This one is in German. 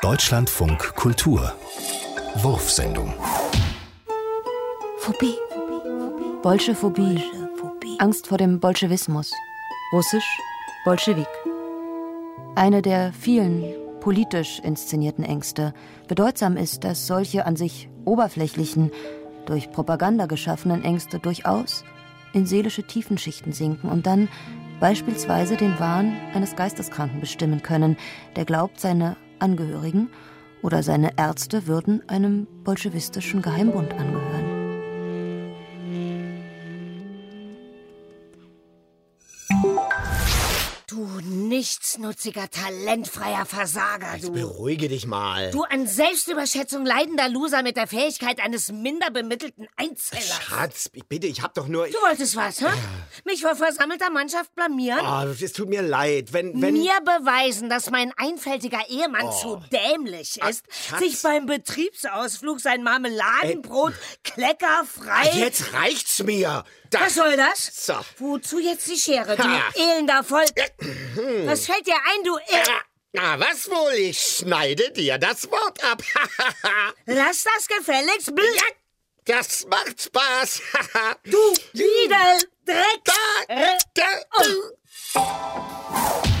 Deutschlandfunk Kultur. Wurfsendung. Phobie. Bolschephobie. Angst vor dem Bolschewismus. Russisch Bolschewik. Eine der vielen politisch inszenierten Ängste. Bedeutsam ist, dass solche an sich oberflächlichen, durch Propaganda geschaffenen Ängste durchaus in seelische Tiefenschichten sinken und dann beispielsweise den Wahn eines Geisteskranken bestimmen können, der glaubt, seine Angehörigen oder seine Ärzte würden einem bolschewistischen Geheimbund angehören. Du nichtsnutziger, talentfreier Versager, Jetzt du. Also beruhige dich mal. Also Du an Selbstüberschätzung leidender Loser mit der Fähigkeit eines minderbemittelten Einzellers. Schatz, ich bitte, ich hab doch nur. Du wolltest was, hä? Mich vor versammelter Mannschaft blamieren? Ah, es tut mir leid, wenn. wenn Oh. Mir beweisen, dass mein einfältiger Ehemann zu dämlich ist, Schatz. sich beim Betriebsausflug sein Marmeladenbrot kleckerfrei. Also Jetzt reicht's mir. Das, Was soll das? So. Wozu jetzt die Schere, du Ha. elender Volk? Was fällt dir ein, du Irr? Na, was wohl? Ich schneide dir das Wort ab. Lass das gefälligst bl... ja, das macht Spaß. Du Wiedel, Dreck! Äh? Da, da, Äh, da. oh.